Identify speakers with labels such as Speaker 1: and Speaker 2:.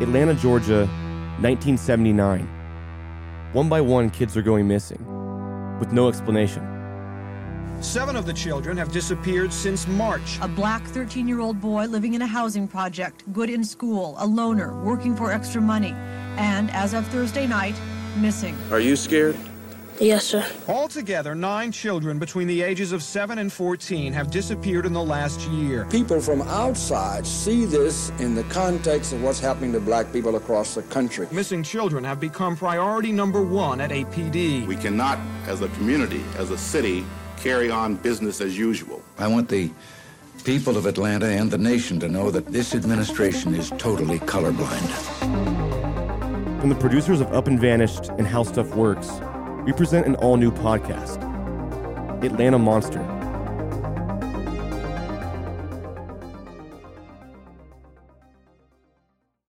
Speaker 1: Atlanta, Georgia, 1979. One by one, kids are going missing, with no explanation.
Speaker 2: Seven of the children have disappeared since March.
Speaker 3: A black 13 year old boy living in a housing project, good in school, a loner, working for extra money, and as of Thursday night, missing.
Speaker 4: Are you scared?
Speaker 5: Yes, sir.
Speaker 2: Altogether, nine children between the ages of 7 and 14 have disappeared in the last year.
Speaker 6: People from outside see this in the context of what's happening to black people across the country.
Speaker 2: Missing children have become priority number one at APD.
Speaker 4: We cannot, as a community, as a city, carry on business as usual.
Speaker 7: I want the people of Atlanta and the nation to know that this administration is totally colorblind.
Speaker 1: From the producers of Up and Vanished and How Stuff Works, we present an all new podcast Atlanta Monster.